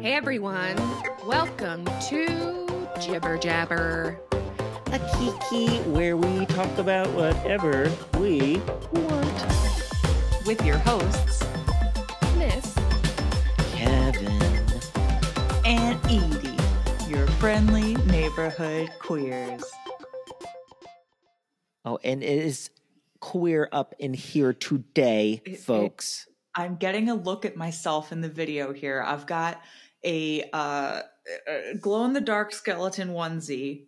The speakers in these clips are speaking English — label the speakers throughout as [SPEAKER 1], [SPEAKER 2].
[SPEAKER 1] Hey everyone, welcome to Jibber Jabber.
[SPEAKER 2] a kiki where we talk about whatever we
[SPEAKER 1] What? With your hosts, Miss.
[SPEAKER 2] Kevin.
[SPEAKER 3] and Edie, your friendly neighborhood queers.
[SPEAKER 2] Oh, and it is queer up in here today,
[SPEAKER 3] It-
[SPEAKER 2] folks.
[SPEAKER 3] I'm getting a look at myself in the video here. I've got a uh, glow in the dark skeleton onesie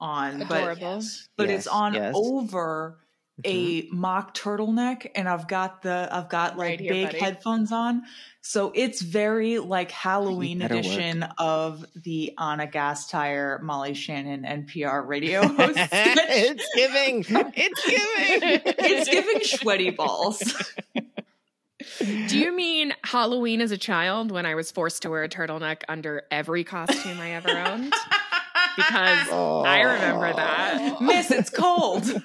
[SPEAKER 3] on, but,
[SPEAKER 1] Adorable.
[SPEAKER 3] but
[SPEAKER 2] Yes,
[SPEAKER 3] it's on
[SPEAKER 2] yes.
[SPEAKER 3] over a mock turtleneck and I've got the I've got
[SPEAKER 1] Mm-hmm. Right
[SPEAKER 3] like
[SPEAKER 1] here,
[SPEAKER 3] big
[SPEAKER 1] buddy.
[SPEAKER 3] headphones on. So it's very like Halloween
[SPEAKER 2] better work.
[SPEAKER 3] edition of the Anna Gasteyer, Molly Shannon NPR radio host. sketch.
[SPEAKER 2] it's giving. It's giving.
[SPEAKER 3] it's giving sweaty balls.
[SPEAKER 1] Do you mean Halloween as a child when I was forced to wear a turtleneck under every costume I ever owned? Because I remember that.
[SPEAKER 3] Oh. Miss, it's cold.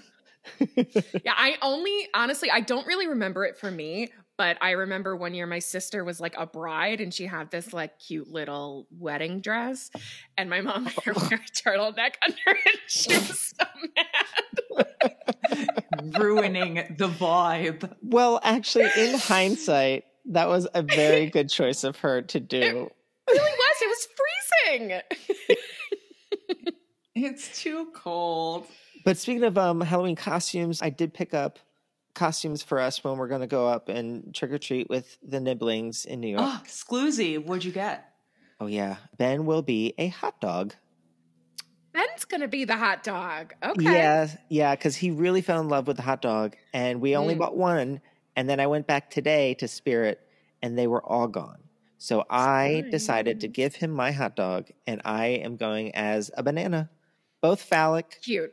[SPEAKER 1] Yeah, I only honestly I don't really remember it for me, but I remember one year my sister was like a bride and she had this like cute little wedding dress and my mom made her wear a turtleneck under it. She was so mad.
[SPEAKER 3] Ruining the vibe.
[SPEAKER 4] Well, actually, in hindsight, that was a very good choice of her to do.
[SPEAKER 1] It really was. It was freezing.
[SPEAKER 3] It's too cold.
[SPEAKER 4] But speaking of um, Halloween costumes, I did pick up costumes for us when we're going to go up and trick or treat with the Nibblings in New York.
[SPEAKER 3] Oh, Scloozy, what'd you get?
[SPEAKER 4] oh, yeah. Ben will be a hot dog.
[SPEAKER 1] Ben's gonna be the hot dog. Okay.
[SPEAKER 4] Yeah, yeah, because he really fell in love with the hot dog, and we only
[SPEAKER 1] Mm.
[SPEAKER 4] bought one. And then I went back today to Spirit, and they were all gone. So I decided to give him my hot dog, and I am going as a banana, both phallic.
[SPEAKER 1] Cute.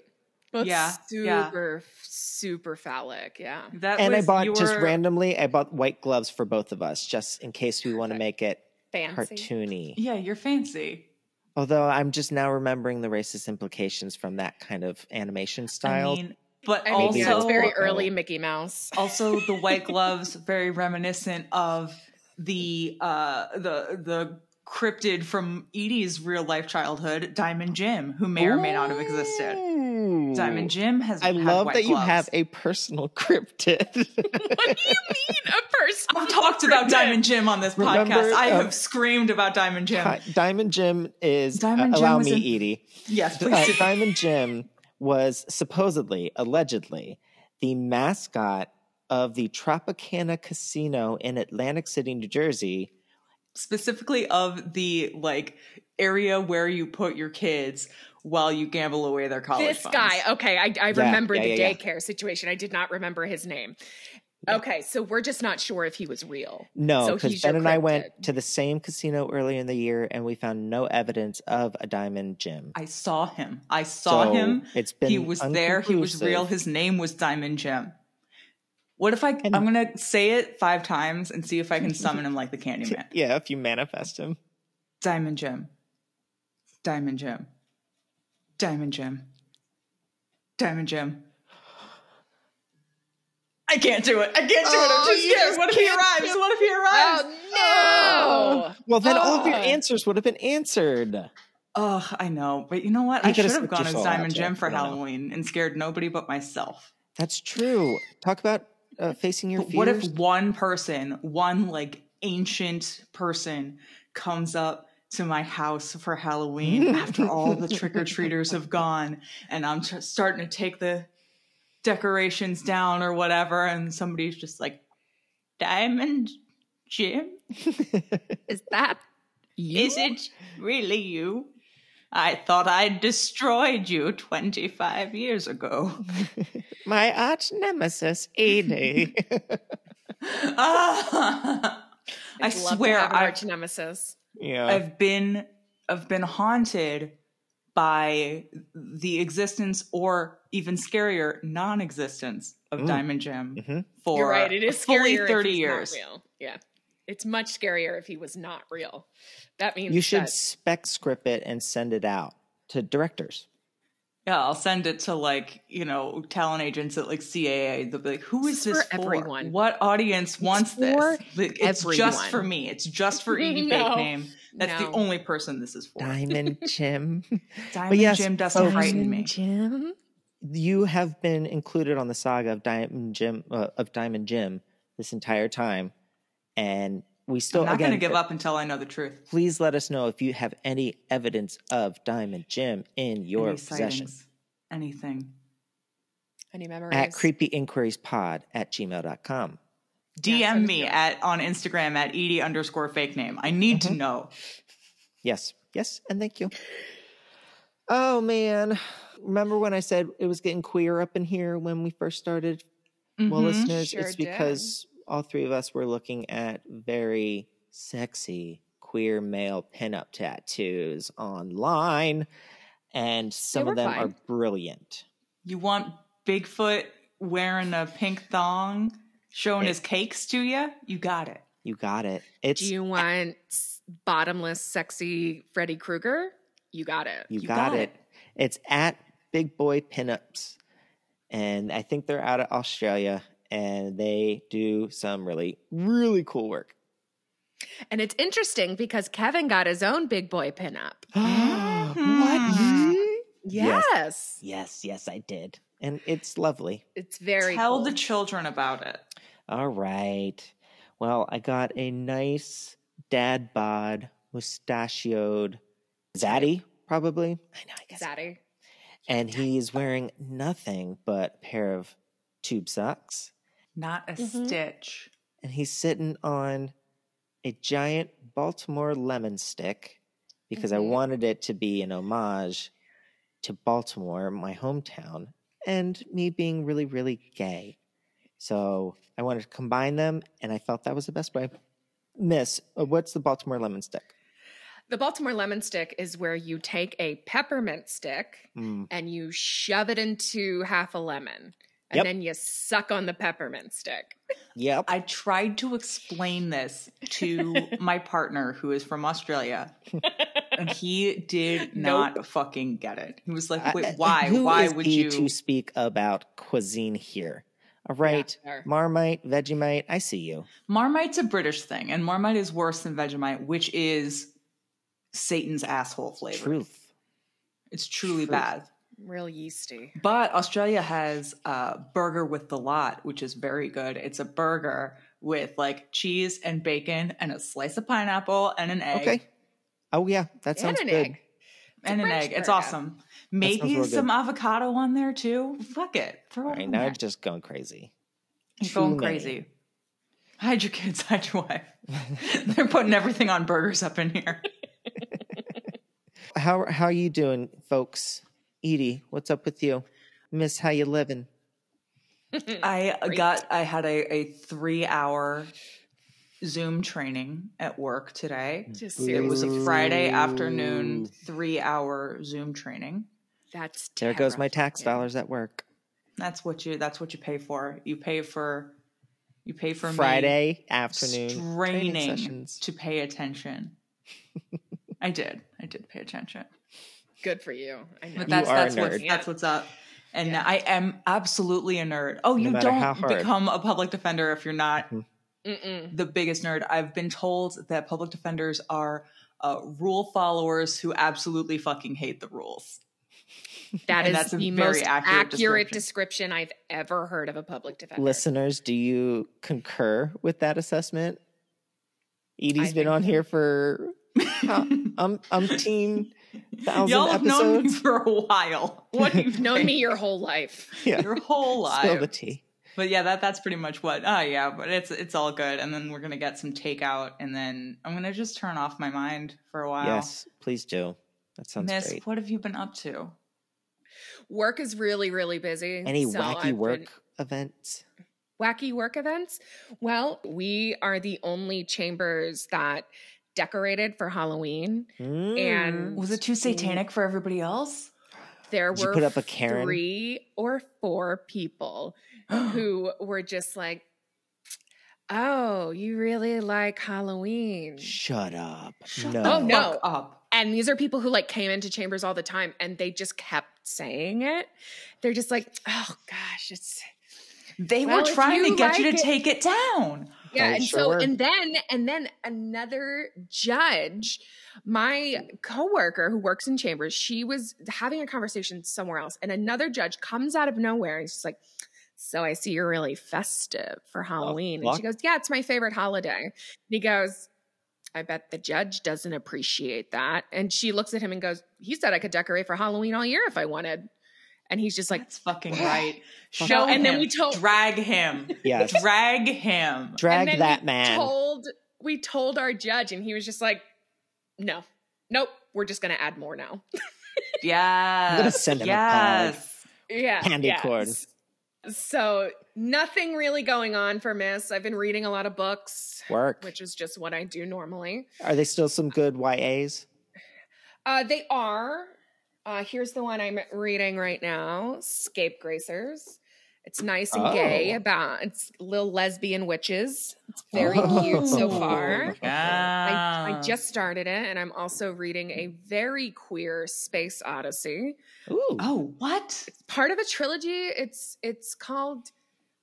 [SPEAKER 1] Both
[SPEAKER 3] Yeah, yeah.
[SPEAKER 1] super super phallic. Yeah.
[SPEAKER 3] That
[SPEAKER 4] and I
[SPEAKER 3] was
[SPEAKER 4] bought just
[SPEAKER 3] your-
[SPEAKER 4] randomly. I bought white gloves for both of us, just in case we want to
[SPEAKER 1] Perfect.
[SPEAKER 4] make it
[SPEAKER 1] Fancy.
[SPEAKER 4] cartoony.
[SPEAKER 3] Yeah, you're fancy.
[SPEAKER 4] Although I'm just now remembering the racist implications from that kind of animation style.
[SPEAKER 3] I mean, but
[SPEAKER 1] I mean,
[SPEAKER 3] also
[SPEAKER 1] yeah, it's very
[SPEAKER 4] Also-
[SPEAKER 1] early Mickey Mouse.
[SPEAKER 3] also the white gloves very reminiscent of the uh the the cryptid from Edie's real life childhood, Diamond Jim, who may or may not have existed.
[SPEAKER 4] Ooh.
[SPEAKER 3] Diamond Jim has.
[SPEAKER 4] I
[SPEAKER 3] had
[SPEAKER 4] love
[SPEAKER 3] white
[SPEAKER 4] that you
[SPEAKER 3] gloves.
[SPEAKER 4] have a personal cryptid.
[SPEAKER 1] what do you mean a person?
[SPEAKER 3] I've talked about Diamond Jim on this podcast.
[SPEAKER 4] Remember,
[SPEAKER 3] I
[SPEAKER 4] uh,
[SPEAKER 3] have screamed about Diamond Jim.
[SPEAKER 4] Hi- Diamond Jim is
[SPEAKER 3] Diamond
[SPEAKER 4] uh,
[SPEAKER 3] Jim
[SPEAKER 4] allow
[SPEAKER 3] was
[SPEAKER 4] me,
[SPEAKER 3] in-
[SPEAKER 4] Edie.
[SPEAKER 3] Yes,
[SPEAKER 4] Uh,
[SPEAKER 3] please. do.
[SPEAKER 4] Diamond Jim was supposedly, allegedly, the mascot of the Tropicana Casino in Atlantic City, New Jersey.
[SPEAKER 3] Specifically of the like area where you put your kids while you gamble away their college
[SPEAKER 1] This
[SPEAKER 3] funds.
[SPEAKER 1] guy. Okay, I, I
[SPEAKER 4] Yeah,
[SPEAKER 1] remember
[SPEAKER 4] yeah,
[SPEAKER 1] the
[SPEAKER 4] yeah, yeah.
[SPEAKER 1] daycare situation. I did not remember his name.
[SPEAKER 4] Yeah.
[SPEAKER 1] Okay, so we're just not sure if he was real.
[SPEAKER 4] No,
[SPEAKER 1] So
[SPEAKER 4] because
[SPEAKER 1] he's your
[SPEAKER 4] Ben and I
[SPEAKER 1] cryptid.
[SPEAKER 4] went to the same casino earlier in the year, and we found no evidence of a Diamond Jim.
[SPEAKER 3] I saw him. I saw
[SPEAKER 4] So
[SPEAKER 3] him.
[SPEAKER 4] It's been
[SPEAKER 3] he was there. He was
[SPEAKER 4] unconclusive.
[SPEAKER 3] real. His name was Diamond Jim. What if I?
[SPEAKER 4] And-
[SPEAKER 3] I'm gonna say it five times and see if I can summon him like the Candyman.
[SPEAKER 4] Yeah, if you manifest him.
[SPEAKER 3] Diamond Jim. Diamond Jim. Diamond Jim. Diamond Jim. I can't do it. I can't do it. I'm
[SPEAKER 4] Oh,
[SPEAKER 3] too
[SPEAKER 4] you
[SPEAKER 3] scared.
[SPEAKER 4] just
[SPEAKER 3] What if he
[SPEAKER 4] can't Um,
[SPEAKER 3] arrives? What if he arrives?
[SPEAKER 1] Oh
[SPEAKER 4] Well, then all of your
[SPEAKER 1] Ah.
[SPEAKER 4] answers would have been answered.
[SPEAKER 3] Ugh, I know. But you know what?
[SPEAKER 4] You
[SPEAKER 3] I should
[SPEAKER 4] could've
[SPEAKER 3] have
[SPEAKER 4] slipped
[SPEAKER 3] gone
[SPEAKER 4] your
[SPEAKER 3] as
[SPEAKER 4] soul out
[SPEAKER 3] Diamond
[SPEAKER 4] there.
[SPEAKER 3] Jim for
[SPEAKER 4] I don't know.
[SPEAKER 3] Halloween and scared nobody but myself.
[SPEAKER 4] That's true. Talk about uh, facing your
[SPEAKER 3] But
[SPEAKER 4] fears.
[SPEAKER 3] what if one person, one like ancient person, comes up to my house for Halloween after all the trick or treaters have gone and I'm tr- starting to take the decorations down or whatever, and somebody's just like, Diamond Jim,
[SPEAKER 1] no! Is that you?
[SPEAKER 3] is it really you? I thought I destroyed you 25 years ago.
[SPEAKER 4] My arch nemesis, Edie.
[SPEAKER 3] Ah! I
[SPEAKER 1] I'd love to
[SPEAKER 3] swear
[SPEAKER 1] have an
[SPEAKER 3] I
[SPEAKER 1] arch nemesis.
[SPEAKER 4] yeah.
[SPEAKER 3] I've been I've been haunted by the existence or even scarier non-existence of
[SPEAKER 4] Mm.
[SPEAKER 3] Diamond Jim
[SPEAKER 4] Mhm.
[SPEAKER 3] for
[SPEAKER 1] You're right. It is
[SPEAKER 3] fully
[SPEAKER 1] scarier if
[SPEAKER 3] 30
[SPEAKER 1] he's not
[SPEAKER 3] years.
[SPEAKER 1] real. Yeah, it's much scarier if he was not real. That means
[SPEAKER 4] you should
[SPEAKER 1] that-
[SPEAKER 4] spec script it and send it out to directors.
[SPEAKER 3] Yeah, I'll send it to like, you know, talent agents at like CAA. They'll be like, who is
[SPEAKER 1] It's
[SPEAKER 3] this
[SPEAKER 1] for
[SPEAKER 3] for?
[SPEAKER 1] everyone.
[SPEAKER 3] What audience wants
[SPEAKER 1] for
[SPEAKER 3] this? Like, It's just
[SPEAKER 1] everyone.
[SPEAKER 3] for me. It's just for Edie
[SPEAKER 1] No.
[SPEAKER 3] Fake Name. That's the
[SPEAKER 1] No.
[SPEAKER 3] only person this is for.
[SPEAKER 4] Diamond Jim.
[SPEAKER 3] Diamond
[SPEAKER 4] yes,
[SPEAKER 3] Jim doesn't
[SPEAKER 4] folks.
[SPEAKER 3] frighten me.
[SPEAKER 1] Jim.
[SPEAKER 4] you have been included on the saga of Diamond Jim uh, of Diamond Jim this entire time, and we still
[SPEAKER 3] I'm not
[SPEAKER 4] again
[SPEAKER 3] going to give up until I know the truth.
[SPEAKER 4] Please let us know if you have any evidence of Diamond Jim in your
[SPEAKER 3] Any
[SPEAKER 4] possession
[SPEAKER 3] sightings, anything.
[SPEAKER 1] Any memories?
[SPEAKER 4] at creepyinquiriespod at gmail.com.
[SPEAKER 3] DM
[SPEAKER 1] Yeah, send us
[SPEAKER 3] me
[SPEAKER 1] your-
[SPEAKER 3] at on Instagram at Edie underscore fake name. I need
[SPEAKER 4] Mm-hmm.
[SPEAKER 3] to know.
[SPEAKER 4] Yes, yes, and thank you. Oh man, remember when I said it was getting queer up in here when we first started? Well,
[SPEAKER 3] Mhm.
[SPEAKER 4] listeners,
[SPEAKER 1] Mm-hmm. Sure
[SPEAKER 4] it's
[SPEAKER 1] did.
[SPEAKER 4] because all three of us were looking at very sexy queer male pinup tattoos online, and some
[SPEAKER 1] were
[SPEAKER 4] of them are
[SPEAKER 1] fine.
[SPEAKER 4] brilliant.
[SPEAKER 3] You want Bigfoot wearing a pink thong, showing his cakes to you? You got it.
[SPEAKER 4] You got it. It's
[SPEAKER 1] Do you want s- bottomless, sexy Freddy Krueger? You got it.
[SPEAKER 4] You,
[SPEAKER 3] You
[SPEAKER 4] got,
[SPEAKER 3] got
[SPEAKER 4] it. It's at Big Boy Pinups. And I think they're out of Australia and they do some really, really cool work.
[SPEAKER 1] And it's interesting because Kevin got his own big boy pinup.
[SPEAKER 4] what? Yes.
[SPEAKER 1] Yes.
[SPEAKER 4] Mm-hmm. Yes, yes, I did. And it's lovely.
[SPEAKER 1] It's very
[SPEAKER 3] Tell
[SPEAKER 1] cool.
[SPEAKER 3] the children about it.
[SPEAKER 4] All right. Well, I got a nice dad bod, mustachioed zaddy, probably. I know, I guess.
[SPEAKER 1] Zaddy.
[SPEAKER 4] And he's wearing nothing but a pair of tube socks.
[SPEAKER 3] Not a
[SPEAKER 4] Mm-hmm.
[SPEAKER 1] Mhm.
[SPEAKER 3] stitch.
[SPEAKER 4] and he's sitting on a giant Baltimore lemon stick because I
[SPEAKER 3] Mm-hmm.
[SPEAKER 1] Mhm.
[SPEAKER 4] wanted it to be an homage to Baltimore, my hometown, and me being really, really gay. So I wanted to combine them, and I felt that was the best way. Miss, uh, what's the Baltimore lemon stick?
[SPEAKER 1] The Baltimore lemon stick is where you take a peppermint stick
[SPEAKER 4] Mm,
[SPEAKER 1] and you shove it into half a lemon. And
[SPEAKER 4] Yep.
[SPEAKER 1] then you suck on the peppermint stick.
[SPEAKER 4] yep.
[SPEAKER 3] I tried to explain this to my partner who is from Australia. and he did not fucking get it. He was like,
[SPEAKER 4] I- I-
[SPEAKER 3] "Wait, why?
[SPEAKER 4] who
[SPEAKER 3] why
[SPEAKER 4] is
[SPEAKER 3] would
[SPEAKER 4] he
[SPEAKER 3] you?"
[SPEAKER 4] to speak about cuisine here? All right,
[SPEAKER 1] there.
[SPEAKER 4] Marmite, Vegemite, I see you.
[SPEAKER 3] Marmite's a British thing, and Marmite is worse than Vegemite, which is Satan's asshole flavor.
[SPEAKER 4] Truth.
[SPEAKER 3] It's truly
[SPEAKER 4] Truth.
[SPEAKER 3] bad.
[SPEAKER 1] Real yeasty.
[SPEAKER 3] But Australia has a burger with the lot, which is very good. It's a burger with like cheese and bacon and a slice of pineapple and an egg
[SPEAKER 4] Okay. Oh yeah, that sounds
[SPEAKER 1] and an
[SPEAKER 4] good.
[SPEAKER 1] egg.
[SPEAKER 3] and an
[SPEAKER 1] French
[SPEAKER 3] egg. It's
[SPEAKER 1] burger.
[SPEAKER 3] awesome. Maybe
[SPEAKER 4] real good.
[SPEAKER 3] some avocado on there too. Fuck it. Throw
[SPEAKER 4] All
[SPEAKER 3] it
[SPEAKER 4] right,
[SPEAKER 3] on
[SPEAKER 4] now
[SPEAKER 3] there.
[SPEAKER 4] you're just going crazy.
[SPEAKER 3] You're
[SPEAKER 4] too
[SPEAKER 3] going
[SPEAKER 4] many.
[SPEAKER 3] crazy. Hide your kids, hide your wife. They're putting everything on burgers up in here.
[SPEAKER 4] How how are you doing, folks? Edie, what's up with you? Miss, how you living?
[SPEAKER 3] I
[SPEAKER 1] Great.
[SPEAKER 3] got I had a, a three hour Zoom training at work today.
[SPEAKER 1] Just
[SPEAKER 3] It was a
[SPEAKER 1] seriously.
[SPEAKER 3] Friday
[SPEAKER 4] Ooh.
[SPEAKER 3] afternoon three hour Zoom training.
[SPEAKER 1] That's
[SPEAKER 4] There goes my tax
[SPEAKER 1] terrifying.
[SPEAKER 4] dollars at work.
[SPEAKER 3] That's what you that's what you pay for. You pay for you pay for me
[SPEAKER 4] Friday afternoon training
[SPEAKER 3] straining
[SPEAKER 4] sessions.
[SPEAKER 3] to pay attention. I did. I did pay attention.
[SPEAKER 1] Good for you. I know.
[SPEAKER 3] But that's
[SPEAKER 4] are a
[SPEAKER 3] that's what's
[SPEAKER 4] nerd.
[SPEAKER 3] that's what's up. And I am absolutely a nerd. Oh, you
[SPEAKER 4] matter how
[SPEAKER 3] don't
[SPEAKER 4] hard.
[SPEAKER 3] become a public defender if you're not
[SPEAKER 1] Mm-mm.
[SPEAKER 3] the biggest nerd. I've been told that public defenders are uh, rule followers who absolutely fucking hate the rules.
[SPEAKER 1] That
[SPEAKER 3] And
[SPEAKER 1] is
[SPEAKER 3] that's a
[SPEAKER 1] the
[SPEAKER 3] very
[SPEAKER 1] most
[SPEAKER 3] accurate
[SPEAKER 1] accurate,
[SPEAKER 3] description.
[SPEAKER 1] description. I've ever heard of a public defender.
[SPEAKER 4] Listeners, do you concur with that assessment? Edie's
[SPEAKER 1] I
[SPEAKER 4] been
[SPEAKER 1] think
[SPEAKER 4] on here for um umpteen thousand
[SPEAKER 3] Y'all have known me
[SPEAKER 4] episodes.
[SPEAKER 3] for a while. What do you
[SPEAKER 1] You've known me your whole life.
[SPEAKER 4] Yeah.
[SPEAKER 3] your whole
[SPEAKER 4] Spill the
[SPEAKER 3] life?
[SPEAKER 4] tea.
[SPEAKER 3] But yeah, that that's pretty much what. Oh yeah, but it's it's all good. And then we're gonna get some takeout, and then I'm gonna just turn off my mind for a while.
[SPEAKER 4] Yes, please do. That sounds
[SPEAKER 3] Miss,
[SPEAKER 4] great.
[SPEAKER 3] what have you been up to?
[SPEAKER 1] Work is really, really busy.
[SPEAKER 4] Any
[SPEAKER 1] so
[SPEAKER 4] wacky
[SPEAKER 1] I've
[SPEAKER 4] work
[SPEAKER 1] been-
[SPEAKER 4] events?
[SPEAKER 1] wacky work events? Well, we are the only chambers that decorated for Halloween.
[SPEAKER 4] Mm.
[SPEAKER 1] And
[SPEAKER 3] Was it too satanic for everybody else?
[SPEAKER 1] there
[SPEAKER 4] Did you
[SPEAKER 1] were
[SPEAKER 4] put up a Karen?
[SPEAKER 1] three or four people who were just like, oh, you really like Halloween.
[SPEAKER 4] Shut up.
[SPEAKER 3] Shut
[SPEAKER 4] no.
[SPEAKER 3] the
[SPEAKER 1] Oh, no.
[SPEAKER 3] fuck up.
[SPEAKER 1] And these are people who like came into chambers all the time and they just kept saying it. They're just like, oh gosh, it's
[SPEAKER 3] They
[SPEAKER 1] Well,
[SPEAKER 3] were
[SPEAKER 1] if
[SPEAKER 3] trying to
[SPEAKER 1] you
[SPEAKER 3] get you
[SPEAKER 1] like
[SPEAKER 3] to
[SPEAKER 1] it-
[SPEAKER 3] take it down.
[SPEAKER 1] yeah,
[SPEAKER 4] They
[SPEAKER 1] and
[SPEAKER 4] sure
[SPEAKER 1] so
[SPEAKER 4] were.
[SPEAKER 1] and then and then another judge, my
[SPEAKER 4] Mm.
[SPEAKER 1] coworker who works in chambers, she was having a conversation somewhere else, and another judge comes out of nowhere and she's like, "So I see you're really festive for Halloween," and she
[SPEAKER 4] fuck?
[SPEAKER 1] goes, "Yeah, it's my favorite holiday." And he goes. I bet the judge doesn't appreciate that. And she looks at him and goes, He said I could decorate for Halloween all year if I wanted. And he's just like,
[SPEAKER 3] That's fucking right.
[SPEAKER 4] No,
[SPEAKER 3] Show
[SPEAKER 1] Oh, and
[SPEAKER 3] him.
[SPEAKER 1] then we told-
[SPEAKER 3] drag him.
[SPEAKER 4] Yes.
[SPEAKER 3] Drag him.
[SPEAKER 1] And
[SPEAKER 4] Drag
[SPEAKER 1] then
[SPEAKER 4] that
[SPEAKER 1] we
[SPEAKER 4] man.
[SPEAKER 1] Told we told our judge, and he was just like, "No, nope, we're just going to add more now."
[SPEAKER 3] Yes.
[SPEAKER 4] gonna send him a card.
[SPEAKER 3] yes.
[SPEAKER 1] yeah,
[SPEAKER 4] Candy corn.
[SPEAKER 1] So nothing really going on for Miss. I've been reading a lot of books,
[SPEAKER 4] Work.
[SPEAKER 1] which is just what I do normally.
[SPEAKER 4] Are they still some good YAs?
[SPEAKER 1] Uh, they are. Uh, here's the one I'm reading right now: Scapegracers. It's nice and gay
[SPEAKER 4] Oh.
[SPEAKER 1] about it's little lesbian witches. It's very cute so
[SPEAKER 4] Oh.
[SPEAKER 1] far. I, I
[SPEAKER 3] Yes.
[SPEAKER 1] just started it, and I'm also reading a very queer space odyssey.
[SPEAKER 4] Ooh.
[SPEAKER 3] Oh, what?
[SPEAKER 1] Part of a trilogy. It's it's called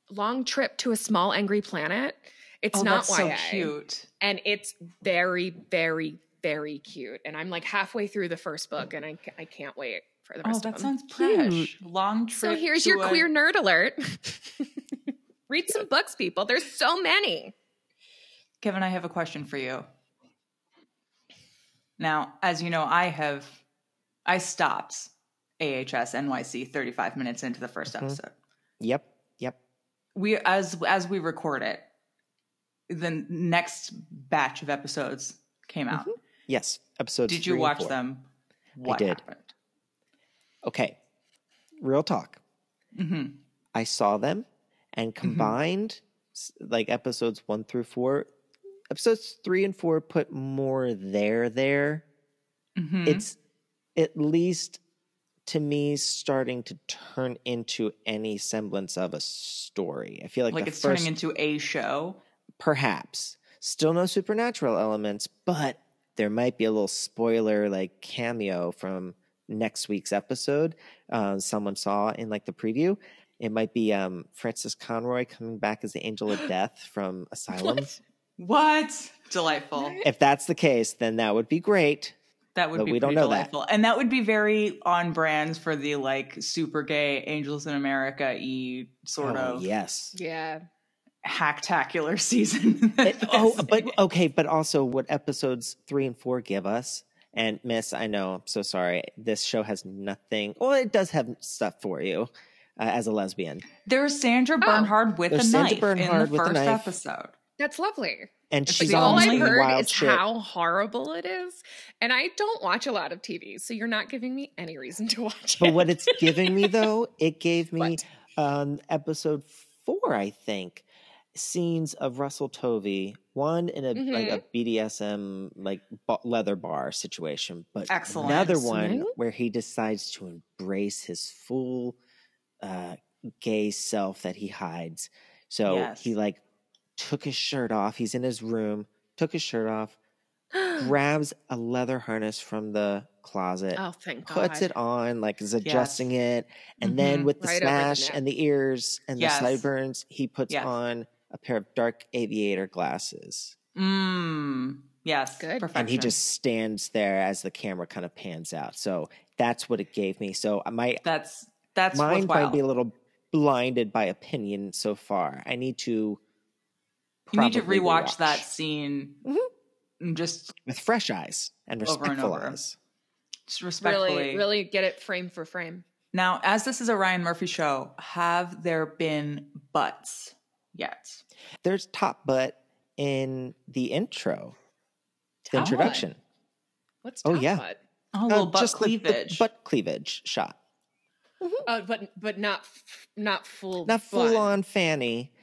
[SPEAKER 1] Long Trip to a Small Angry Planet. It's
[SPEAKER 3] oh,
[SPEAKER 1] not
[SPEAKER 3] that's so
[SPEAKER 1] YA,
[SPEAKER 3] cute.
[SPEAKER 1] and it's very very very cute. And I'm like halfway through the first book, and I ca- I can't wait for the
[SPEAKER 3] Oh,
[SPEAKER 1] rest
[SPEAKER 3] that
[SPEAKER 1] of them.
[SPEAKER 3] sounds fresh. Long trip.
[SPEAKER 1] so here's
[SPEAKER 3] to
[SPEAKER 1] your
[SPEAKER 3] a-
[SPEAKER 1] queer nerd alert. Read some books, people. There's so many.
[SPEAKER 3] Kevin, I have a question for you. Now, as you know, I have I stopped AHS NYC 35 minutes into the 1st
[SPEAKER 4] Mhm.
[SPEAKER 3] episode.
[SPEAKER 4] Yep. Yep.
[SPEAKER 3] We as as we record it, the next batch of episodes came out.
[SPEAKER 4] Yes. Episodes.
[SPEAKER 3] Did you
[SPEAKER 4] Mm-hmm. three and
[SPEAKER 3] watch
[SPEAKER 4] four.
[SPEAKER 3] them? What
[SPEAKER 4] did.
[SPEAKER 3] happened?
[SPEAKER 4] Okay. Real talk.
[SPEAKER 3] hmm
[SPEAKER 4] I saw them
[SPEAKER 3] Mm-hmm.
[SPEAKER 4] and combined s like episodes one through four. Episodes three and four put more there there.
[SPEAKER 3] hmm
[SPEAKER 4] It's at least to me starting to turn into any semblance of a story. I feel like,
[SPEAKER 3] like,
[SPEAKER 4] the
[SPEAKER 3] it's
[SPEAKER 4] first,
[SPEAKER 3] turning into a show.
[SPEAKER 4] perhaps still no supernatural elements, but there might be a little spoiler like cameo from next week's episode. Uh, someone saw in like the preview. It might be um, Francis Conroy coming back as the Angel of Death from Asylum.
[SPEAKER 1] What?
[SPEAKER 3] What? Delightful.
[SPEAKER 4] If that's the case, then that would be great.
[SPEAKER 3] That would
[SPEAKER 4] But
[SPEAKER 3] be
[SPEAKER 4] we don't
[SPEAKER 3] pretty
[SPEAKER 4] know that.
[SPEAKER 3] delightful. And that would be very on brand for the like super gay Angels in America y sort
[SPEAKER 4] oh,
[SPEAKER 3] of
[SPEAKER 4] yes.
[SPEAKER 1] Yeah.
[SPEAKER 3] hacktacular season.
[SPEAKER 4] It- oh, but okay, but also what episodes three and four give us. And Miss, I know, I'm so sorry. This show has nothing. Well, it does have stuff for you uh, as a lesbian,
[SPEAKER 3] there's Sandra Bernhard with
[SPEAKER 4] Ah. There's
[SPEAKER 3] a
[SPEAKER 4] Sandra
[SPEAKER 3] knife
[SPEAKER 4] Bernhard
[SPEAKER 3] in the
[SPEAKER 4] with a
[SPEAKER 3] first
[SPEAKER 4] knife.
[SPEAKER 3] episode.
[SPEAKER 1] That's lovely.
[SPEAKER 4] and
[SPEAKER 3] It's
[SPEAKER 4] she's
[SPEAKER 1] See,
[SPEAKER 3] on
[SPEAKER 1] all
[SPEAKER 4] always
[SPEAKER 1] I've
[SPEAKER 3] some
[SPEAKER 1] heard
[SPEAKER 4] wild
[SPEAKER 1] is
[SPEAKER 4] shit.
[SPEAKER 1] how horrible it is, and I don't watch a lot of TV, so you're not giving me any reason to watch it.
[SPEAKER 4] But what it's giving me though, it gave me
[SPEAKER 1] What?
[SPEAKER 4] um, episode four, I think, scenes of Russell Tovey, one in a like
[SPEAKER 1] Mm-hmm.
[SPEAKER 4] a BDSM like ba- leather bar situation, but
[SPEAKER 3] Excellent.
[SPEAKER 4] another one
[SPEAKER 1] Excellent.
[SPEAKER 4] where he decides to embrace his full uh, gay self that he hides. So
[SPEAKER 3] Yes.
[SPEAKER 4] he like took his shirt off. He's in his room, took his shirt off, grabs a leather harness from the closet
[SPEAKER 1] oh, thank God!
[SPEAKER 4] puts it on, like is adjusting it, and
[SPEAKER 3] Mhm.
[SPEAKER 4] then with the
[SPEAKER 1] Right over the
[SPEAKER 4] smash
[SPEAKER 1] neck.
[SPEAKER 4] and the ears and
[SPEAKER 3] Yes.
[SPEAKER 4] the sideburns, he puts
[SPEAKER 3] Yes.
[SPEAKER 4] on a pair of dark aviator glasses,
[SPEAKER 3] Mmm. Yes.
[SPEAKER 1] Good. And he
[SPEAKER 3] Perfection.
[SPEAKER 4] and he just stands there as the camera kind of pans out. So that's what it gave me. So uh, my
[SPEAKER 3] that's that's
[SPEAKER 4] mind
[SPEAKER 3] worthwhile.
[SPEAKER 4] might be a little blinded by opinion so far. I need to.
[SPEAKER 3] you need to
[SPEAKER 4] probably
[SPEAKER 3] rewatch,
[SPEAKER 4] rewatch.
[SPEAKER 3] that scene.
[SPEAKER 4] Mhm.
[SPEAKER 3] and Just,
[SPEAKER 4] with fresh eyes and
[SPEAKER 3] Over and
[SPEAKER 4] respectful
[SPEAKER 3] over.
[SPEAKER 4] eyes.
[SPEAKER 3] just respectfully.
[SPEAKER 1] really, really get it frame for frame.
[SPEAKER 3] Now, as this is a Ryan Murphy show, have there been butts yet?
[SPEAKER 4] There's top butt in the intro, the
[SPEAKER 1] Top
[SPEAKER 4] introduction.
[SPEAKER 1] butt? What's
[SPEAKER 4] Oh,
[SPEAKER 1] top
[SPEAKER 4] yeah.
[SPEAKER 1] butt?
[SPEAKER 3] Oh,
[SPEAKER 4] Uh,
[SPEAKER 3] little butt
[SPEAKER 4] like the
[SPEAKER 3] cleavage.
[SPEAKER 4] butt cleavage shot.
[SPEAKER 1] Oh, but but not f- not full
[SPEAKER 4] Not full
[SPEAKER 1] bun.
[SPEAKER 4] on fanny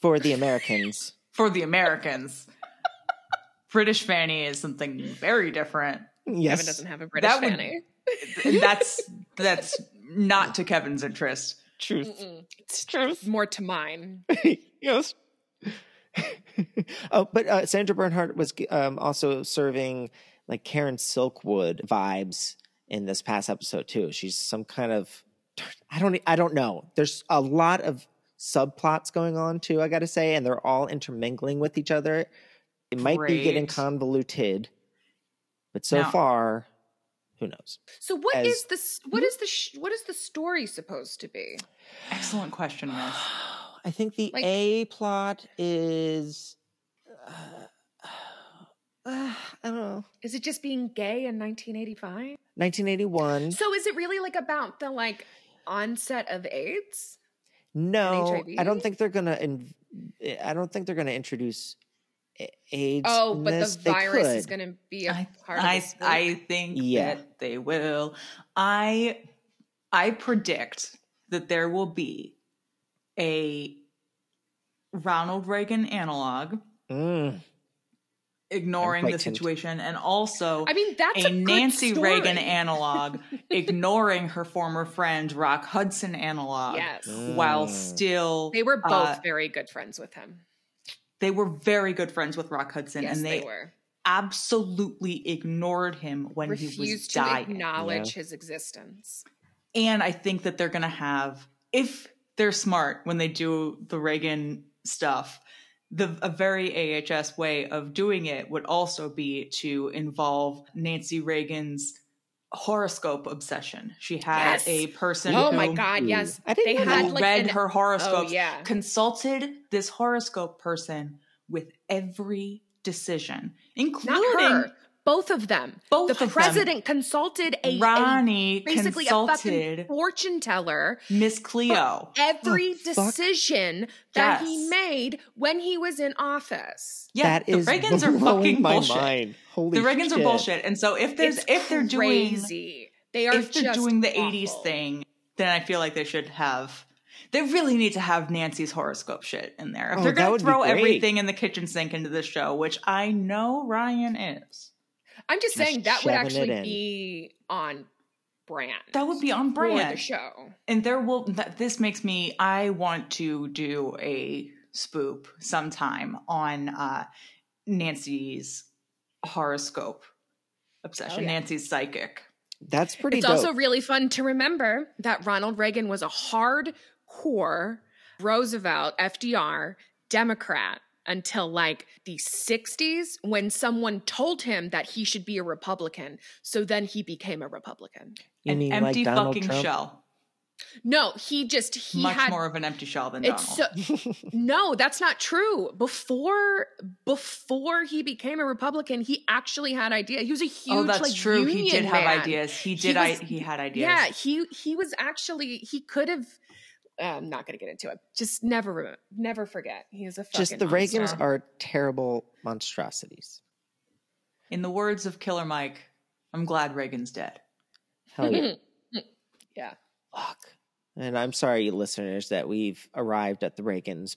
[SPEAKER 4] for the Americans.
[SPEAKER 3] for the Americans. British fanny is something very different.
[SPEAKER 1] Kevin
[SPEAKER 4] yes.
[SPEAKER 1] doesn't have a British
[SPEAKER 3] would-
[SPEAKER 1] fanny.
[SPEAKER 3] And that's that's not to Kevin's interest.
[SPEAKER 4] Truth.
[SPEAKER 1] Mm-mm.
[SPEAKER 4] It's truth.
[SPEAKER 1] More to mine.
[SPEAKER 4] yes. oh, but uh, Sandra Bernhardt was um, also serving like Karen Silkwood vibes in this past episode too. She's some kind of I don't I don't know. There's a lot of subplots going on too, I got to say, and they're all intermingling with each other. It might be getting
[SPEAKER 3] Great.
[SPEAKER 4] convoluted, but so
[SPEAKER 3] Now-
[SPEAKER 4] far, who knows?
[SPEAKER 1] So what
[SPEAKER 4] As- hmm?
[SPEAKER 1] is this? What is the? Sh- what is the story supposed to be?
[SPEAKER 3] Excellent question, Miss.
[SPEAKER 4] I think the
[SPEAKER 1] Like-
[SPEAKER 4] A plot is. uh, uh, I don't know.
[SPEAKER 1] Is it just being gay in 1985?
[SPEAKER 4] 1981.
[SPEAKER 1] So is it really like about the like onset of AIDS?
[SPEAKER 4] no, I don't
[SPEAKER 1] HIV?
[SPEAKER 4] think they're gonna. In, I don't think they're gonna introduce a- AIDS.
[SPEAKER 1] Oh, but
[SPEAKER 4] unless
[SPEAKER 1] the
[SPEAKER 4] they
[SPEAKER 1] virus is
[SPEAKER 4] could.
[SPEAKER 1] going to be a
[SPEAKER 3] I,
[SPEAKER 1] part of
[SPEAKER 3] I,
[SPEAKER 1] this book.
[SPEAKER 3] I think
[SPEAKER 4] Yeah.
[SPEAKER 3] that they will. I I predict that there will be a Ronald Reagan analog
[SPEAKER 4] Mm, I'm
[SPEAKER 3] ignoring
[SPEAKER 4] quite
[SPEAKER 3] the
[SPEAKER 4] tempted.
[SPEAKER 3] situation and also
[SPEAKER 1] I mean, that's a,
[SPEAKER 3] a
[SPEAKER 1] good
[SPEAKER 3] Nancy
[SPEAKER 1] story.
[SPEAKER 3] Reagan analog ignoring her former friend Rock Hudson analog
[SPEAKER 1] Yes,
[SPEAKER 3] while
[SPEAKER 4] Mm.
[SPEAKER 3] still
[SPEAKER 1] they were both
[SPEAKER 3] uh,
[SPEAKER 1] very good friends with him.
[SPEAKER 3] they were very good friends with Rock Hudson
[SPEAKER 1] Yes,
[SPEAKER 3] and
[SPEAKER 1] they,
[SPEAKER 3] they,
[SPEAKER 1] were.
[SPEAKER 3] absolutely ignored him when he was
[SPEAKER 1] Refused to
[SPEAKER 3] dying.
[SPEAKER 1] acknowledge his existence.
[SPEAKER 3] And I think that they're going to have, if they're smart when they do the Reagan stuff, the a very AHS way of doing it would also be to involve Nancy Reagan's horoscope obsession. She had
[SPEAKER 1] Yes.
[SPEAKER 3] a person.
[SPEAKER 1] Oh my
[SPEAKER 3] who-
[SPEAKER 1] God!
[SPEAKER 4] Ooh.
[SPEAKER 1] Yes,
[SPEAKER 4] I didn't
[SPEAKER 1] they
[SPEAKER 4] know
[SPEAKER 3] who
[SPEAKER 1] had like
[SPEAKER 3] read
[SPEAKER 1] an,
[SPEAKER 3] her horoscopes,
[SPEAKER 1] Oh yeah,
[SPEAKER 3] consulted this horoscope person with every decision,
[SPEAKER 1] not
[SPEAKER 3] including
[SPEAKER 1] her. Both of them.
[SPEAKER 3] both of
[SPEAKER 1] the
[SPEAKER 3] them.
[SPEAKER 1] president consulted a, a-
[SPEAKER 3] Ronnie
[SPEAKER 1] basically a fucking
[SPEAKER 3] consulted
[SPEAKER 1] fortune teller
[SPEAKER 3] Miss Cleo.
[SPEAKER 1] every
[SPEAKER 4] fuck?
[SPEAKER 1] decision that he
[SPEAKER 3] Yes.
[SPEAKER 1] made when he was in office.
[SPEAKER 3] Yeah,
[SPEAKER 4] that
[SPEAKER 3] the
[SPEAKER 4] is
[SPEAKER 3] Reagans are
[SPEAKER 4] blowing
[SPEAKER 3] fucking
[SPEAKER 4] my
[SPEAKER 3] bullshit.
[SPEAKER 4] mind. Holy
[SPEAKER 3] The Reagans
[SPEAKER 4] shit.
[SPEAKER 3] are bullshit. And so if there's
[SPEAKER 1] It's
[SPEAKER 3] if they're doing
[SPEAKER 1] crazy. They are
[SPEAKER 3] if they're
[SPEAKER 1] just
[SPEAKER 3] doing the
[SPEAKER 1] awful.
[SPEAKER 3] 80s thing, then I feel like they should have they really need to have Nancy's horoscope shit in there. If
[SPEAKER 4] Oh,
[SPEAKER 3] they're
[SPEAKER 4] that
[SPEAKER 3] going
[SPEAKER 4] would
[SPEAKER 3] to
[SPEAKER 4] be
[SPEAKER 3] throw
[SPEAKER 4] great.
[SPEAKER 3] everything in the kitchen sink into this show, which I know Ryan is,
[SPEAKER 1] I'm just,
[SPEAKER 4] Just
[SPEAKER 1] saying that would
[SPEAKER 4] shoving it
[SPEAKER 1] actually
[SPEAKER 4] in.
[SPEAKER 1] be on brand.
[SPEAKER 3] that would be on
[SPEAKER 1] for the
[SPEAKER 3] brand.
[SPEAKER 1] show.
[SPEAKER 3] And there will that this makes me I want to do a spoop sometime on uh Nancy's horoscope obsession,
[SPEAKER 1] Oh, yeah.
[SPEAKER 3] Nancy's psychic.
[SPEAKER 4] That's pretty
[SPEAKER 1] It's
[SPEAKER 4] dope.
[SPEAKER 1] also really fun to remember that Ronald Reagan was a hardcore Roosevelt FDR Democrat until like the 60s when someone told him that he should be a Republican. So then he became a Republican.
[SPEAKER 4] you
[SPEAKER 3] an
[SPEAKER 4] mean like
[SPEAKER 3] empty
[SPEAKER 4] Donald
[SPEAKER 3] fucking
[SPEAKER 4] Trump?
[SPEAKER 3] shell.
[SPEAKER 1] No, he just he
[SPEAKER 3] Much
[SPEAKER 1] had
[SPEAKER 3] more of an empty shell than Donald.
[SPEAKER 1] it's so, no, that's not true. Before before he became a Republican, he actually had ideas. He was a huge
[SPEAKER 3] oh, that's
[SPEAKER 1] like
[SPEAKER 3] true. He did
[SPEAKER 1] union
[SPEAKER 3] have
[SPEAKER 1] man.
[SPEAKER 3] ideas. He
[SPEAKER 1] He
[SPEAKER 3] did. I,
[SPEAKER 1] was-
[SPEAKER 3] he had ideas.
[SPEAKER 1] Yeah, he he was actually he could have. I'm not going to get into it. Just never remem- never forget. He is a fucking
[SPEAKER 4] Just the
[SPEAKER 1] monster.
[SPEAKER 4] Reagans are terrible monstrosities.
[SPEAKER 3] In the words of Killer Mike, I'm glad Reagan's dead.
[SPEAKER 4] Hell yeah.
[SPEAKER 1] Yeah.
[SPEAKER 4] Fuck. And I'm sorry, listeners, that we've arrived at the Reagans.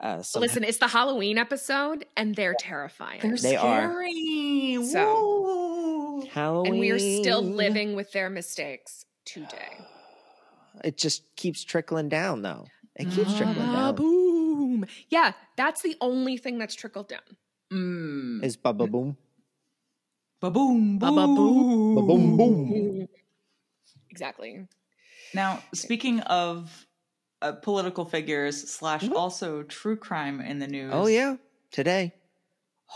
[SPEAKER 4] Uh, somehow.
[SPEAKER 1] Listen, it's the Halloween episode, and they're terrifying.
[SPEAKER 3] They're
[SPEAKER 4] They are.
[SPEAKER 3] scary. Woo.
[SPEAKER 4] Halloween.
[SPEAKER 1] and we are still living with their mistakes today.
[SPEAKER 4] It just keeps trickling down, though. It keeps trickling
[SPEAKER 3] Ah,
[SPEAKER 4] down.
[SPEAKER 1] boom! Yeah, that's the only thing that's trickled down.
[SPEAKER 3] Mm.
[SPEAKER 4] Is Bubba Boom?
[SPEAKER 3] Ba boom.
[SPEAKER 1] Ba-ba-boom.
[SPEAKER 4] Ba boom boom.
[SPEAKER 1] Exactly.
[SPEAKER 3] Now, speaking of uh, political figures slash also true crime in the news.
[SPEAKER 4] Mm-hmm. Oh yeah, today.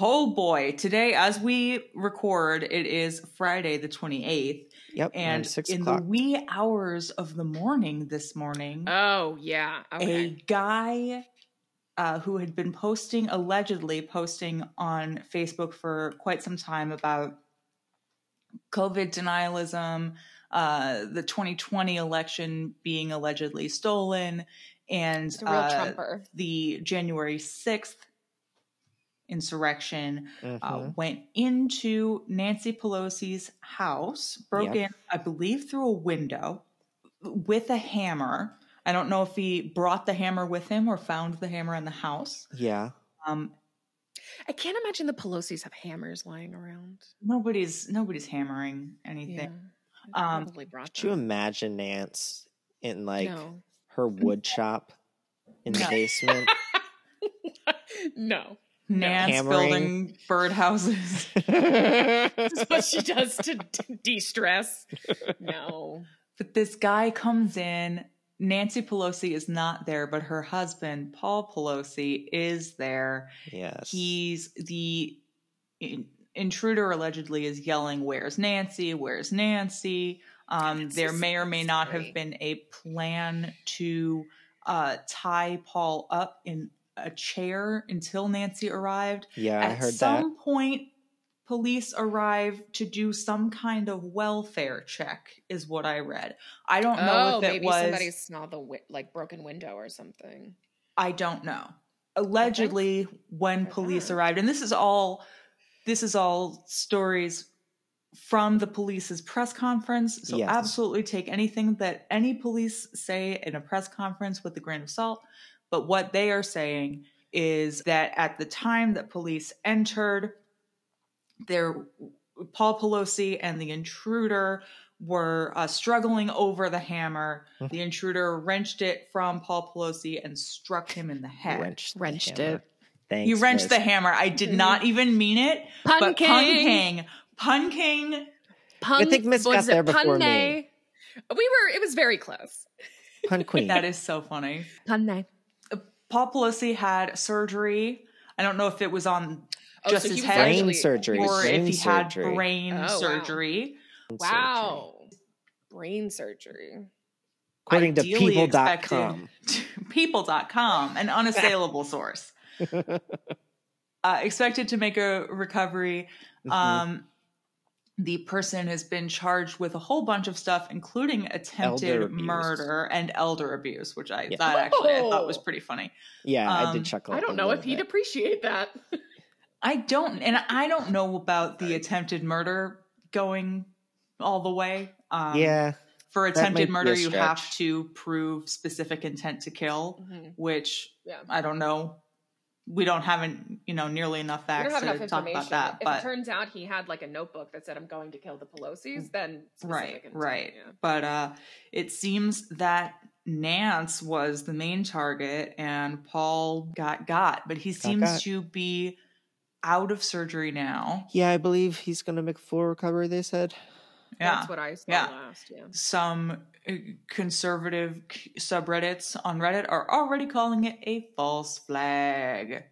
[SPEAKER 3] Oh boy, today as we record, it is Friday the 28th.
[SPEAKER 4] Yep. around
[SPEAKER 3] And
[SPEAKER 4] six
[SPEAKER 3] in
[SPEAKER 4] o'clock.
[SPEAKER 3] the wee hours of the morning this morning,
[SPEAKER 1] Oh yeah.
[SPEAKER 3] a
[SPEAKER 1] Okay.
[SPEAKER 3] guy uh, who had been posting, allegedly posting on Facebook for quite some time about COVID denialism, uh, the 2020 election being allegedly stolen, and
[SPEAKER 1] It's a real
[SPEAKER 3] uh,
[SPEAKER 1] trumper.
[SPEAKER 3] the January 6th insurrection uh,
[SPEAKER 4] Mhm.
[SPEAKER 3] went into Nancy Pelosi's house, broke
[SPEAKER 4] Yep.
[SPEAKER 3] in, I believe, through a window with a hammer. I don't know if he brought the hammer with him or found the hammer in the house.
[SPEAKER 4] yeah.
[SPEAKER 3] Um,
[SPEAKER 1] I can't imagine the Pelosi's have hammers lying around.
[SPEAKER 3] nobody's nobody's hammering anything.
[SPEAKER 1] I
[SPEAKER 3] Um,
[SPEAKER 1] probably brought
[SPEAKER 4] Could you
[SPEAKER 1] them.
[SPEAKER 4] imagine Nance in like
[SPEAKER 1] no.
[SPEAKER 4] her wood shop in the
[SPEAKER 3] No.
[SPEAKER 4] basement?
[SPEAKER 1] no.
[SPEAKER 3] Nance
[SPEAKER 4] Hammering.
[SPEAKER 3] building birdhouses.
[SPEAKER 1] That's what she does to de stress. No.
[SPEAKER 3] But this guy comes in. Nancy Pelosi is not there, but her husband, Paul Pelosi, is there.
[SPEAKER 4] yes.
[SPEAKER 3] He's the in- intruder, allegedly, is yelling, Where's Nancy? Where's Nancy? Um,
[SPEAKER 1] That's
[SPEAKER 3] there
[SPEAKER 1] just
[SPEAKER 3] may or may not
[SPEAKER 1] scary.
[SPEAKER 3] have been a plan to uh, tie Paul up in a chair until Nancy arrived.
[SPEAKER 4] yeah, I
[SPEAKER 3] At
[SPEAKER 4] heard
[SPEAKER 3] some
[SPEAKER 4] that.
[SPEAKER 3] point, police arrive to do some kind of welfare check, is what I read. I don't know
[SPEAKER 1] Oh,
[SPEAKER 3] if it
[SPEAKER 1] maybe
[SPEAKER 3] was.
[SPEAKER 1] somebody saw the wi- like broken window or something.
[SPEAKER 3] I don't know. Allegedly, when
[SPEAKER 1] Or
[SPEAKER 3] police
[SPEAKER 1] not.
[SPEAKER 3] arrived, and this is all this is all stories from the police's press conference. So
[SPEAKER 4] Yes.
[SPEAKER 3] absolutely take anything that any police say in a press conference with a grain of salt. But what they are saying is that at the time that police entered, there Paul Pelosi and the intruder were uh, struggling over the hammer.
[SPEAKER 4] Hmm.
[SPEAKER 3] The intruder wrenched it from Paul Pelosi and struck him in the head.
[SPEAKER 4] Wrenched, the
[SPEAKER 1] Wrenched
[SPEAKER 4] hammer.
[SPEAKER 1] it.
[SPEAKER 4] Thanks,
[SPEAKER 3] You wrenched the
[SPEAKER 4] Liz.
[SPEAKER 3] hammer. I did not even mean it.
[SPEAKER 1] Mm-hmm. Pun
[SPEAKER 3] But Pun King, Pun King,
[SPEAKER 1] Pun,
[SPEAKER 4] I think Miss
[SPEAKER 1] what
[SPEAKER 4] got
[SPEAKER 1] is
[SPEAKER 4] there before me.
[SPEAKER 1] Punne. We were, it was very close.
[SPEAKER 4] Pun queen.
[SPEAKER 3] that is so funny.
[SPEAKER 1] Punne.
[SPEAKER 3] Paul Pelosi had surgery. I don't know if it was on
[SPEAKER 1] Oh,
[SPEAKER 3] just
[SPEAKER 1] so
[SPEAKER 3] his
[SPEAKER 1] he was
[SPEAKER 3] head
[SPEAKER 4] brain
[SPEAKER 1] actually-
[SPEAKER 4] surgery.
[SPEAKER 3] or
[SPEAKER 4] brain
[SPEAKER 3] if he
[SPEAKER 4] surgery.
[SPEAKER 3] had brain
[SPEAKER 1] Oh, wow.
[SPEAKER 3] surgery.
[SPEAKER 4] brain surgery.
[SPEAKER 1] Wow. Brain surgery.
[SPEAKER 4] According to
[SPEAKER 3] Ideally
[SPEAKER 4] people.com.
[SPEAKER 3] expected- people.com, an unassailable source. uh, expected to make a recovery.
[SPEAKER 4] Mhm.
[SPEAKER 3] Um, the person has been charged with a whole bunch of stuff, including
[SPEAKER 4] Elder
[SPEAKER 3] attempted
[SPEAKER 4] abuse.
[SPEAKER 3] murder and elder abuse, which I
[SPEAKER 4] Yeah.
[SPEAKER 3] that actually I thought was
[SPEAKER 1] Oh.
[SPEAKER 3] pretty funny.
[SPEAKER 4] yeah, I
[SPEAKER 3] um,
[SPEAKER 4] did chuckle.
[SPEAKER 1] I
[SPEAKER 4] a
[SPEAKER 1] don't know if
[SPEAKER 4] little
[SPEAKER 1] he'd
[SPEAKER 4] bit.
[SPEAKER 1] appreciate that.
[SPEAKER 3] I don't, and I don't know about the attempted murder going all the way. Um,
[SPEAKER 4] yeah,
[SPEAKER 3] for
[SPEAKER 4] that might
[SPEAKER 3] attempted
[SPEAKER 4] be a
[SPEAKER 3] murder, you have
[SPEAKER 4] stretch.
[SPEAKER 3] to prove specific intent to kill,
[SPEAKER 4] Mm-hmm.
[SPEAKER 1] Mhm.
[SPEAKER 3] which
[SPEAKER 1] Yeah.
[SPEAKER 3] I don't know. We don't have, an, you know, nearly enough
[SPEAKER 1] We
[SPEAKER 3] facts
[SPEAKER 1] don't have enough
[SPEAKER 3] to talk
[SPEAKER 1] information.
[SPEAKER 3] about that.
[SPEAKER 1] if
[SPEAKER 3] But
[SPEAKER 1] it turns out he had like a notebook that said, I'm going to kill the Pelosi's, then. specific
[SPEAKER 3] Right,
[SPEAKER 1] intent,
[SPEAKER 3] right.
[SPEAKER 1] yeah.
[SPEAKER 3] But uh, it seems that Nance was the main target and Paul got got, but he seems
[SPEAKER 4] got.
[SPEAKER 3] to be out of surgery now.
[SPEAKER 4] yeah, I believe he's going to make a full recovery. They said.
[SPEAKER 3] Yeah.
[SPEAKER 1] That's what I saw
[SPEAKER 3] Yeah.
[SPEAKER 1] last. Yeah.
[SPEAKER 3] Some uh, conservative c- subreddits on Reddit are already calling it a false flag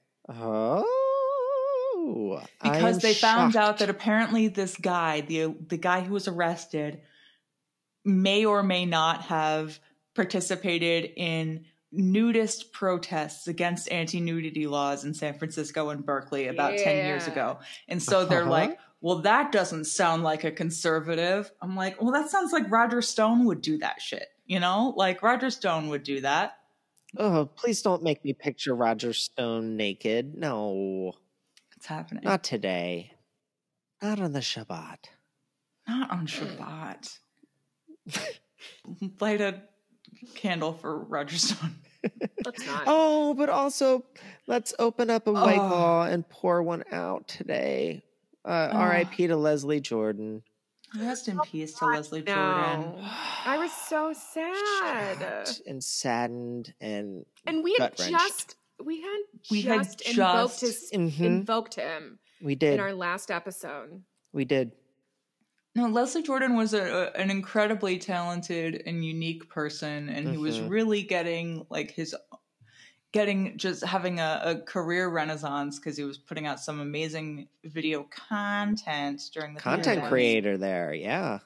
[SPEAKER 4] Oh, I
[SPEAKER 3] because
[SPEAKER 4] am
[SPEAKER 3] they found out
[SPEAKER 4] shocked.
[SPEAKER 3] that apparently this guy, the the guy who was arrested, may or may not have participated in nudist protests against anti-nudity laws in San Francisco and Berkeley about 10 years
[SPEAKER 1] Yeah.
[SPEAKER 3] ago. And so they're
[SPEAKER 4] Uh-huh.
[SPEAKER 3] like, "Well, that doesn't sound like a conservative." I'm like, "Well, that sounds like Roger Stone would do that shit." You know? Like Roger Stone would do that.
[SPEAKER 4] Oh, please don't make me picture Roger Stone naked. No,
[SPEAKER 3] It's happening. Not,
[SPEAKER 4] not today. Not on the Shabbat.
[SPEAKER 3] on Shabbat. Light a candle for Roger Stone.
[SPEAKER 1] Let's not.
[SPEAKER 4] Oh, but also, let's open up a white
[SPEAKER 3] Oh.
[SPEAKER 4] claw and pour one out today. Uh,
[SPEAKER 3] Oh.
[SPEAKER 4] R.I.P. to Leslie Jordan.
[SPEAKER 3] Rest in peace to Leslie
[SPEAKER 1] no.
[SPEAKER 3] Jordan.
[SPEAKER 1] I was so sad.
[SPEAKER 4] Shocked and saddened and
[SPEAKER 1] And we had
[SPEAKER 4] gut-wrenched.
[SPEAKER 1] just we had
[SPEAKER 3] We had
[SPEAKER 1] just invoked his
[SPEAKER 3] just-
[SPEAKER 4] hmm
[SPEAKER 1] invoked him
[SPEAKER 4] we
[SPEAKER 1] in
[SPEAKER 4] did.
[SPEAKER 1] our last episode.
[SPEAKER 4] we did.
[SPEAKER 3] No, Leslie Jordan was a, a- an incredibly talented and unique person, and he was
[SPEAKER 4] Mhm.
[SPEAKER 3] really getting like his getting just having a, a career renaissance because he was putting out some amazing video content during the
[SPEAKER 4] Content
[SPEAKER 3] pandemic.
[SPEAKER 4] creator there. Yeah.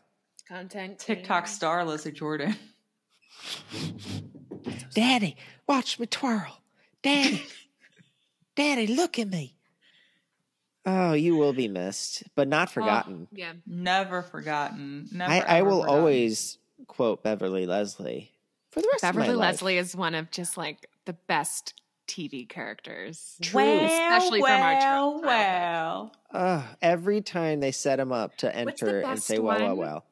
[SPEAKER 1] Content
[SPEAKER 3] TikTok star Leslie Jordan.
[SPEAKER 4] Daddy, watch me twirl. Daddy, Daddy, look at me. Oh, you will be missed, but
[SPEAKER 1] Oh,
[SPEAKER 4] not forgotten.
[SPEAKER 1] Yeah.
[SPEAKER 3] Never forgotten. Never.
[SPEAKER 4] I, I
[SPEAKER 3] ever
[SPEAKER 4] will
[SPEAKER 3] forgotten.
[SPEAKER 4] always quote Beverly Leslie for the rest
[SPEAKER 1] Beverly
[SPEAKER 4] of my
[SPEAKER 1] Leslie
[SPEAKER 4] life.
[SPEAKER 1] is one of just like the best TV characters.
[SPEAKER 4] True.
[SPEAKER 3] Well,
[SPEAKER 1] Especially from our
[SPEAKER 3] well,
[SPEAKER 1] childhood.
[SPEAKER 3] well.
[SPEAKER 4] Ugh, every time they set him up to
[SPEAKER 1] What's the
[SPEAKER 4] enter and say,
[SPEAKER 1] best
[SPEAKER 4] well, well,
[SPEAKER 1] one?
[SPEAKER 4] well.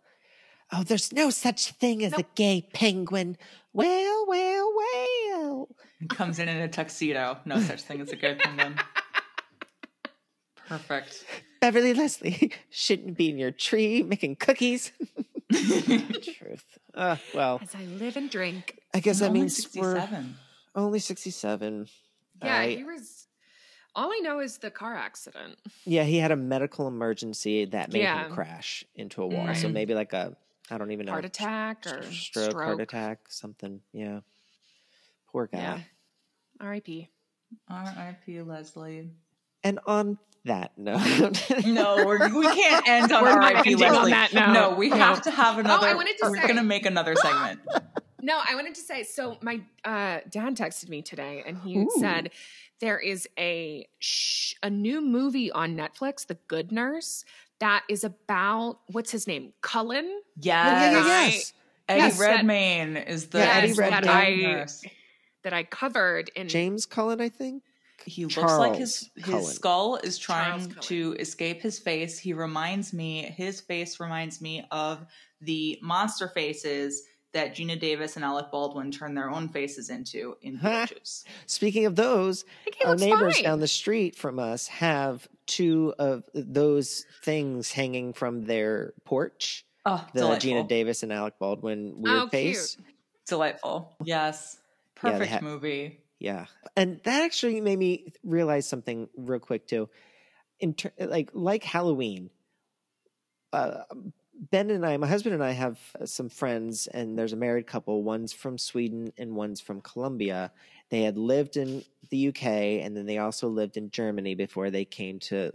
[SPEAKER 4] Oh, there's no such thing as
[SPEAKER 1] No.
[SPEAKER 4] a gay penguin. Well, well, well.
[SPEAKER 3] comes in in a tuxedo. No such thing as a good penguin. Perfect.
[SPEAKER 4] Beverly Leslie shouldn't be in your tree making cookies. Truth. Uh, well,
[SPEAKER 1] As I live and drink.
[SPEAKER 4] I guess that
[SPEAKER 3] Only
[SPEAKER 4] means we're
[SPEAKER 3] 67.
[SPEAKER 4] only 67.
[SPEAKER 1] Yeah,
[SPEAKER 4] I-
[SPEAKER 1] he was All I know is the car accident.
[SPEAKER 4] Yeah, he had a medical emergency that made
[SPEAKER 1] Yeah.
[SPEAKER 4] him crash into a wall. So
[SPEAKER 1] Right.
[SPEAKER 4] maybe like a I don't even know
[SPEAKER 1] Heart attack
[SPEAKER 4] s-
[SPEAKER 1] or
[SPEAKER 4] stroke,
[SPEAKER 1] stroke.
[SPEAKER 4] heart attack, something. Yeah. Poor guy.
[SPEAKER 1] Yeah. R.I.P.
[SPEAKER 3] R.I.P. Leslie.
[SPEAKER 4] And on that note,
[SPEAKER 3] No, we're, we can't end on
[SPEAKER 1] We're not
[SPEAKER 3] R.I.P.
[SPEAKER 1] ending on
[SPEAKER 3] Leslie.
[SPEAKER 1] that note.
[SPEAKER 3] No, we
[SPEAKER 1] No.
[SPEAKER 3] have to have another.
[SPEAKER 1] Oh, wanted to
[SPEAKER 3] we're
[SPEAKER 1] say-
[SPEAKER 3] gonna make another segment.
[SPEAKER 1] No, I wanted to say so my uh, dad texted me today and he
[SPEAKER 4] Ooh.
[SPEAKER 1] said there is a sh- a new movie on Netflix, The Good Nurse, that is about what's his name? Cullen?
[SPEAKER 4] yeah, yeah,
[SPEAKER 1] Yes.
[SPEAKER 3] Yes.
[SPEAKER 4] yes.
[SPEAKER 3] Eddie
[SPEAKER 1] Yes, that-
[SPEAKER 3] Redmayne is the
[SPEAKER 4] Yeah, Eddie
[SPEAKER 3] is the
[SPEAKER 4] Redmayne.
[SPEAKER 3] main
[SPEAKER 1] I-
[SPEAKER 3] nurse.
[SPEAKER 1] that I covered in
[SPEAKER 4] James Cullen, I think.
[SPEAKER 3] He looks like his
[SPEAKER 4] Charles
[SPEAKER 3] his
[SPEAKER 4] Cullen.
[SPEAKER 3] skull is
[SPEAKER 1] Charles
[SPEAKER 3] trying
[SPEAKER 1] Cullen.
[SPEAKER 3] to escape his face. He reminds me his face reminds me of the monster faces that Gina Davis and Alec Baldwin turned their own faces into in Beetlejuice.
[SPEAKER 4] Speaking of those,
[SPEAKER 1] I think he
[SPEAKER 4] our
[SPEAKER 1] looks
[SPEAKER 4] neighbors
[SPEAKER 1] fine.
[SPEAKER 4] down the street from us have two of those things hanging from their porch.
[SPEAKER 3] oh,
[SPEAKER 4] The
[SPEAKER 3] delightful.
[SPEAKER 4] Gina Davis and Alec Baldwin weird
[SPEAKER 1] Oh, cute.
[SPEAKER 4] face.
[SPEAKER 3] delightful. Yes.
[SPEAKER 4] Yeah, they
[SPEAKER 3] Perfect
[SPEAKER 4] ha-
[SPEAKER 3] movie.
[SPEAKER 4] Yeah. And that actually made me realize something real quick too. In ter- like like Halloween, uh, Ben and I, my husband and I have uh, some friends and there's a married couple, one's from Sweden and one's from Colombia. They had lived in the UK and then they also lived in Germany before they came to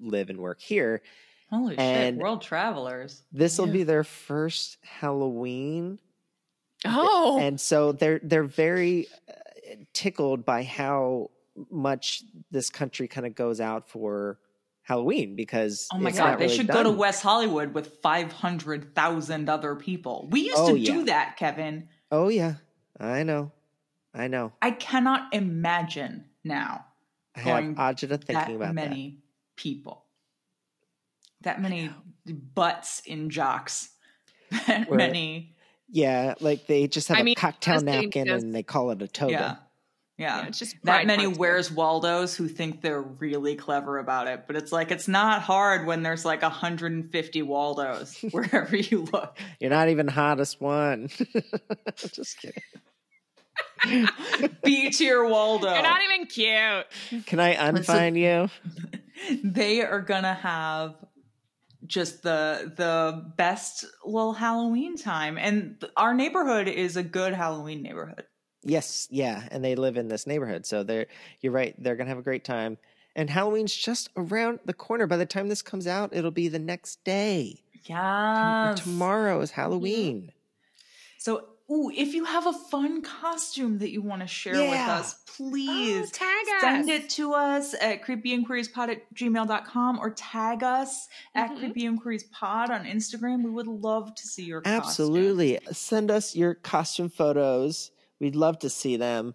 [SPEAKER 4] live and work here.
[SPEAKER 3] Holy
[SPEAKER 4] And-
[SPEAKER 3] shit, world travelers.
[SPEAKER 4] This will
[SPEAKER 3] Yeah.
[SPEAKER 4] be their first Halloween
[SPEAKER 1] Oh,
[SPEAKER 4] and so they're they're very uh, tickled by how much this country kind of goes out for Halloween because
[SPEAKER 3] Oh my
[SPEAKER 4] it's
[SPEAKER 3] god,
[SPEAKER 4] not
[SPEAKER 3] they
[SPEAKER 4] really
[SPEAKER 3] should go to
[SPEAKER 4] done-
[SPEAKER 3] West Hollywood with 500,000 other people. We used
[SPEAKER 4] Oh,
[SPEAKER 3] to do
[SPEAKER 4] yeah.
[SPEAKER 3] that, Kevin.
[SPEAKER 4] Oh yeah, I know, I know.
[SPEAKER 3] I cannot imagine now
[SPEAKER 4] I
[SPEAKER 3] Going
[SPEAKER 4] have agita thinking
[SPEAKER 3] that
[SPEAKER 4] about
[SPEAKER 3] many people. That many butts in jocks. That
[SPEAKER 4] We're-
[SPEAKER 3] many.
[SPEAKER 4] that. Yeah, like they just have
[SPEAKER 1] I
[SPEAKER 4] a
[SPEAKER 1] mean,
[SPEAKER 4] cocktail
[SPEAKER 1] honestly,
[SPEAKER 4] napkin
[SPEAKER 1] just-
[SPEAKER 4] and they call it a toga.
[SPEAKER 3] Yeah. Yeah.
[SPEAKER 1] yeah, it's just
[SPEAKER 3] that
[SPEAKER 1] pride
[SPEAKER 3] many
[SPEAKER 1] parts.
[SPEAKER 3] where's waldos who think they're really clever about it but it's like it's not hard when there's like 150 waldos wherever you look
[SPEAKER 4] You're not even hottest one. just kidding.
[SPEAKER 3] b tier waldo
[SPEAKER 1] You're not even cute.
[SPEAKER 4] Can I
[SPEAKER 3] Let's-
[SPEAKER 4] unfind you?
[SPEAKER 3] they are gonna have just the the best little halloween time and th- our neighborhood is a good halloween neighborhood
[SPEAKER 4] Yes, yeah, and they live in this neighborhood, so they're you're right. They're gonna have a great time, and Halloween's just around the corner. By the time this comes out, it'll be the next day.
[SPEAKER 3] yeah
[SPEAKER 4] Tomorrow is Halloween.
[SPEAKER 3] so ooh, if you have a fun costume that you want to share with
[SPEAKER 4] Yeah.
[SPEAKER 3] us please
[SPEAKER 1] Oh, tag us.
[SPEAKER 3] send it to us at creepyinquiriespod at gmail.com or tag us at
[SPEAKER 1] Mhm.
[SPEAKER 3] creepyinquiriespod on Instagram. We would love to see your costume.
[SPEAKER 4] Absolutely, send us your costume photos. We'd love to see them,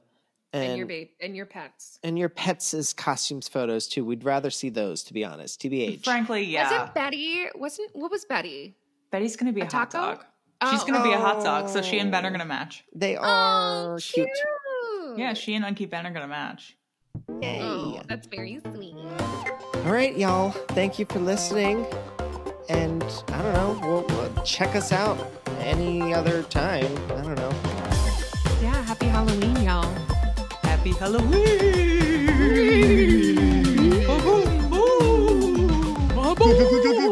[SPEAKER 4] and,
[SPEAKER 1] and your babe and your pets.
[SPEAKER 4] and your pets' costumes photos too. We'd rather see those, to be honest. Tbh.
[SPEAKER 3] Frankly, yeah.
[SPEAKER 1] Wasn't Betty? Wasn't what was Betty?
[SPEAKER 3] Betty's going to be a,
[SPEAKER 1] a
[SPEAKER 3] hot
[SPEAKER 1] taco?
[SPEAKER 3] dog. She's going to be a hot dog, so she and Ben are
[SPEAKER 4] Oh.
[SPEAKER 3] going to match.
[SPEAKER 4] they
[SPEAKER 1] oh,
[SPEAKER 4] are
[SPEAKER 1] cute.
[SPEAKER 4] cute.
[SPEAKER 3] Yeah, she and Unky Ben are going to match.
[SPEAKER 4] Yay.
[SPEAKER 1] Oh, that's very sweet.
[SPEAKER 4] All right, y'all. Thank you for listening. And I don't know, we'll, we'll check us out any other time. I don't know.
[SPEAKER 1] Yeah, happy Halloween, y'all.
[SPEAKER 3] Happy Halloween! Boom, boom, boom. Boom, boom, boom.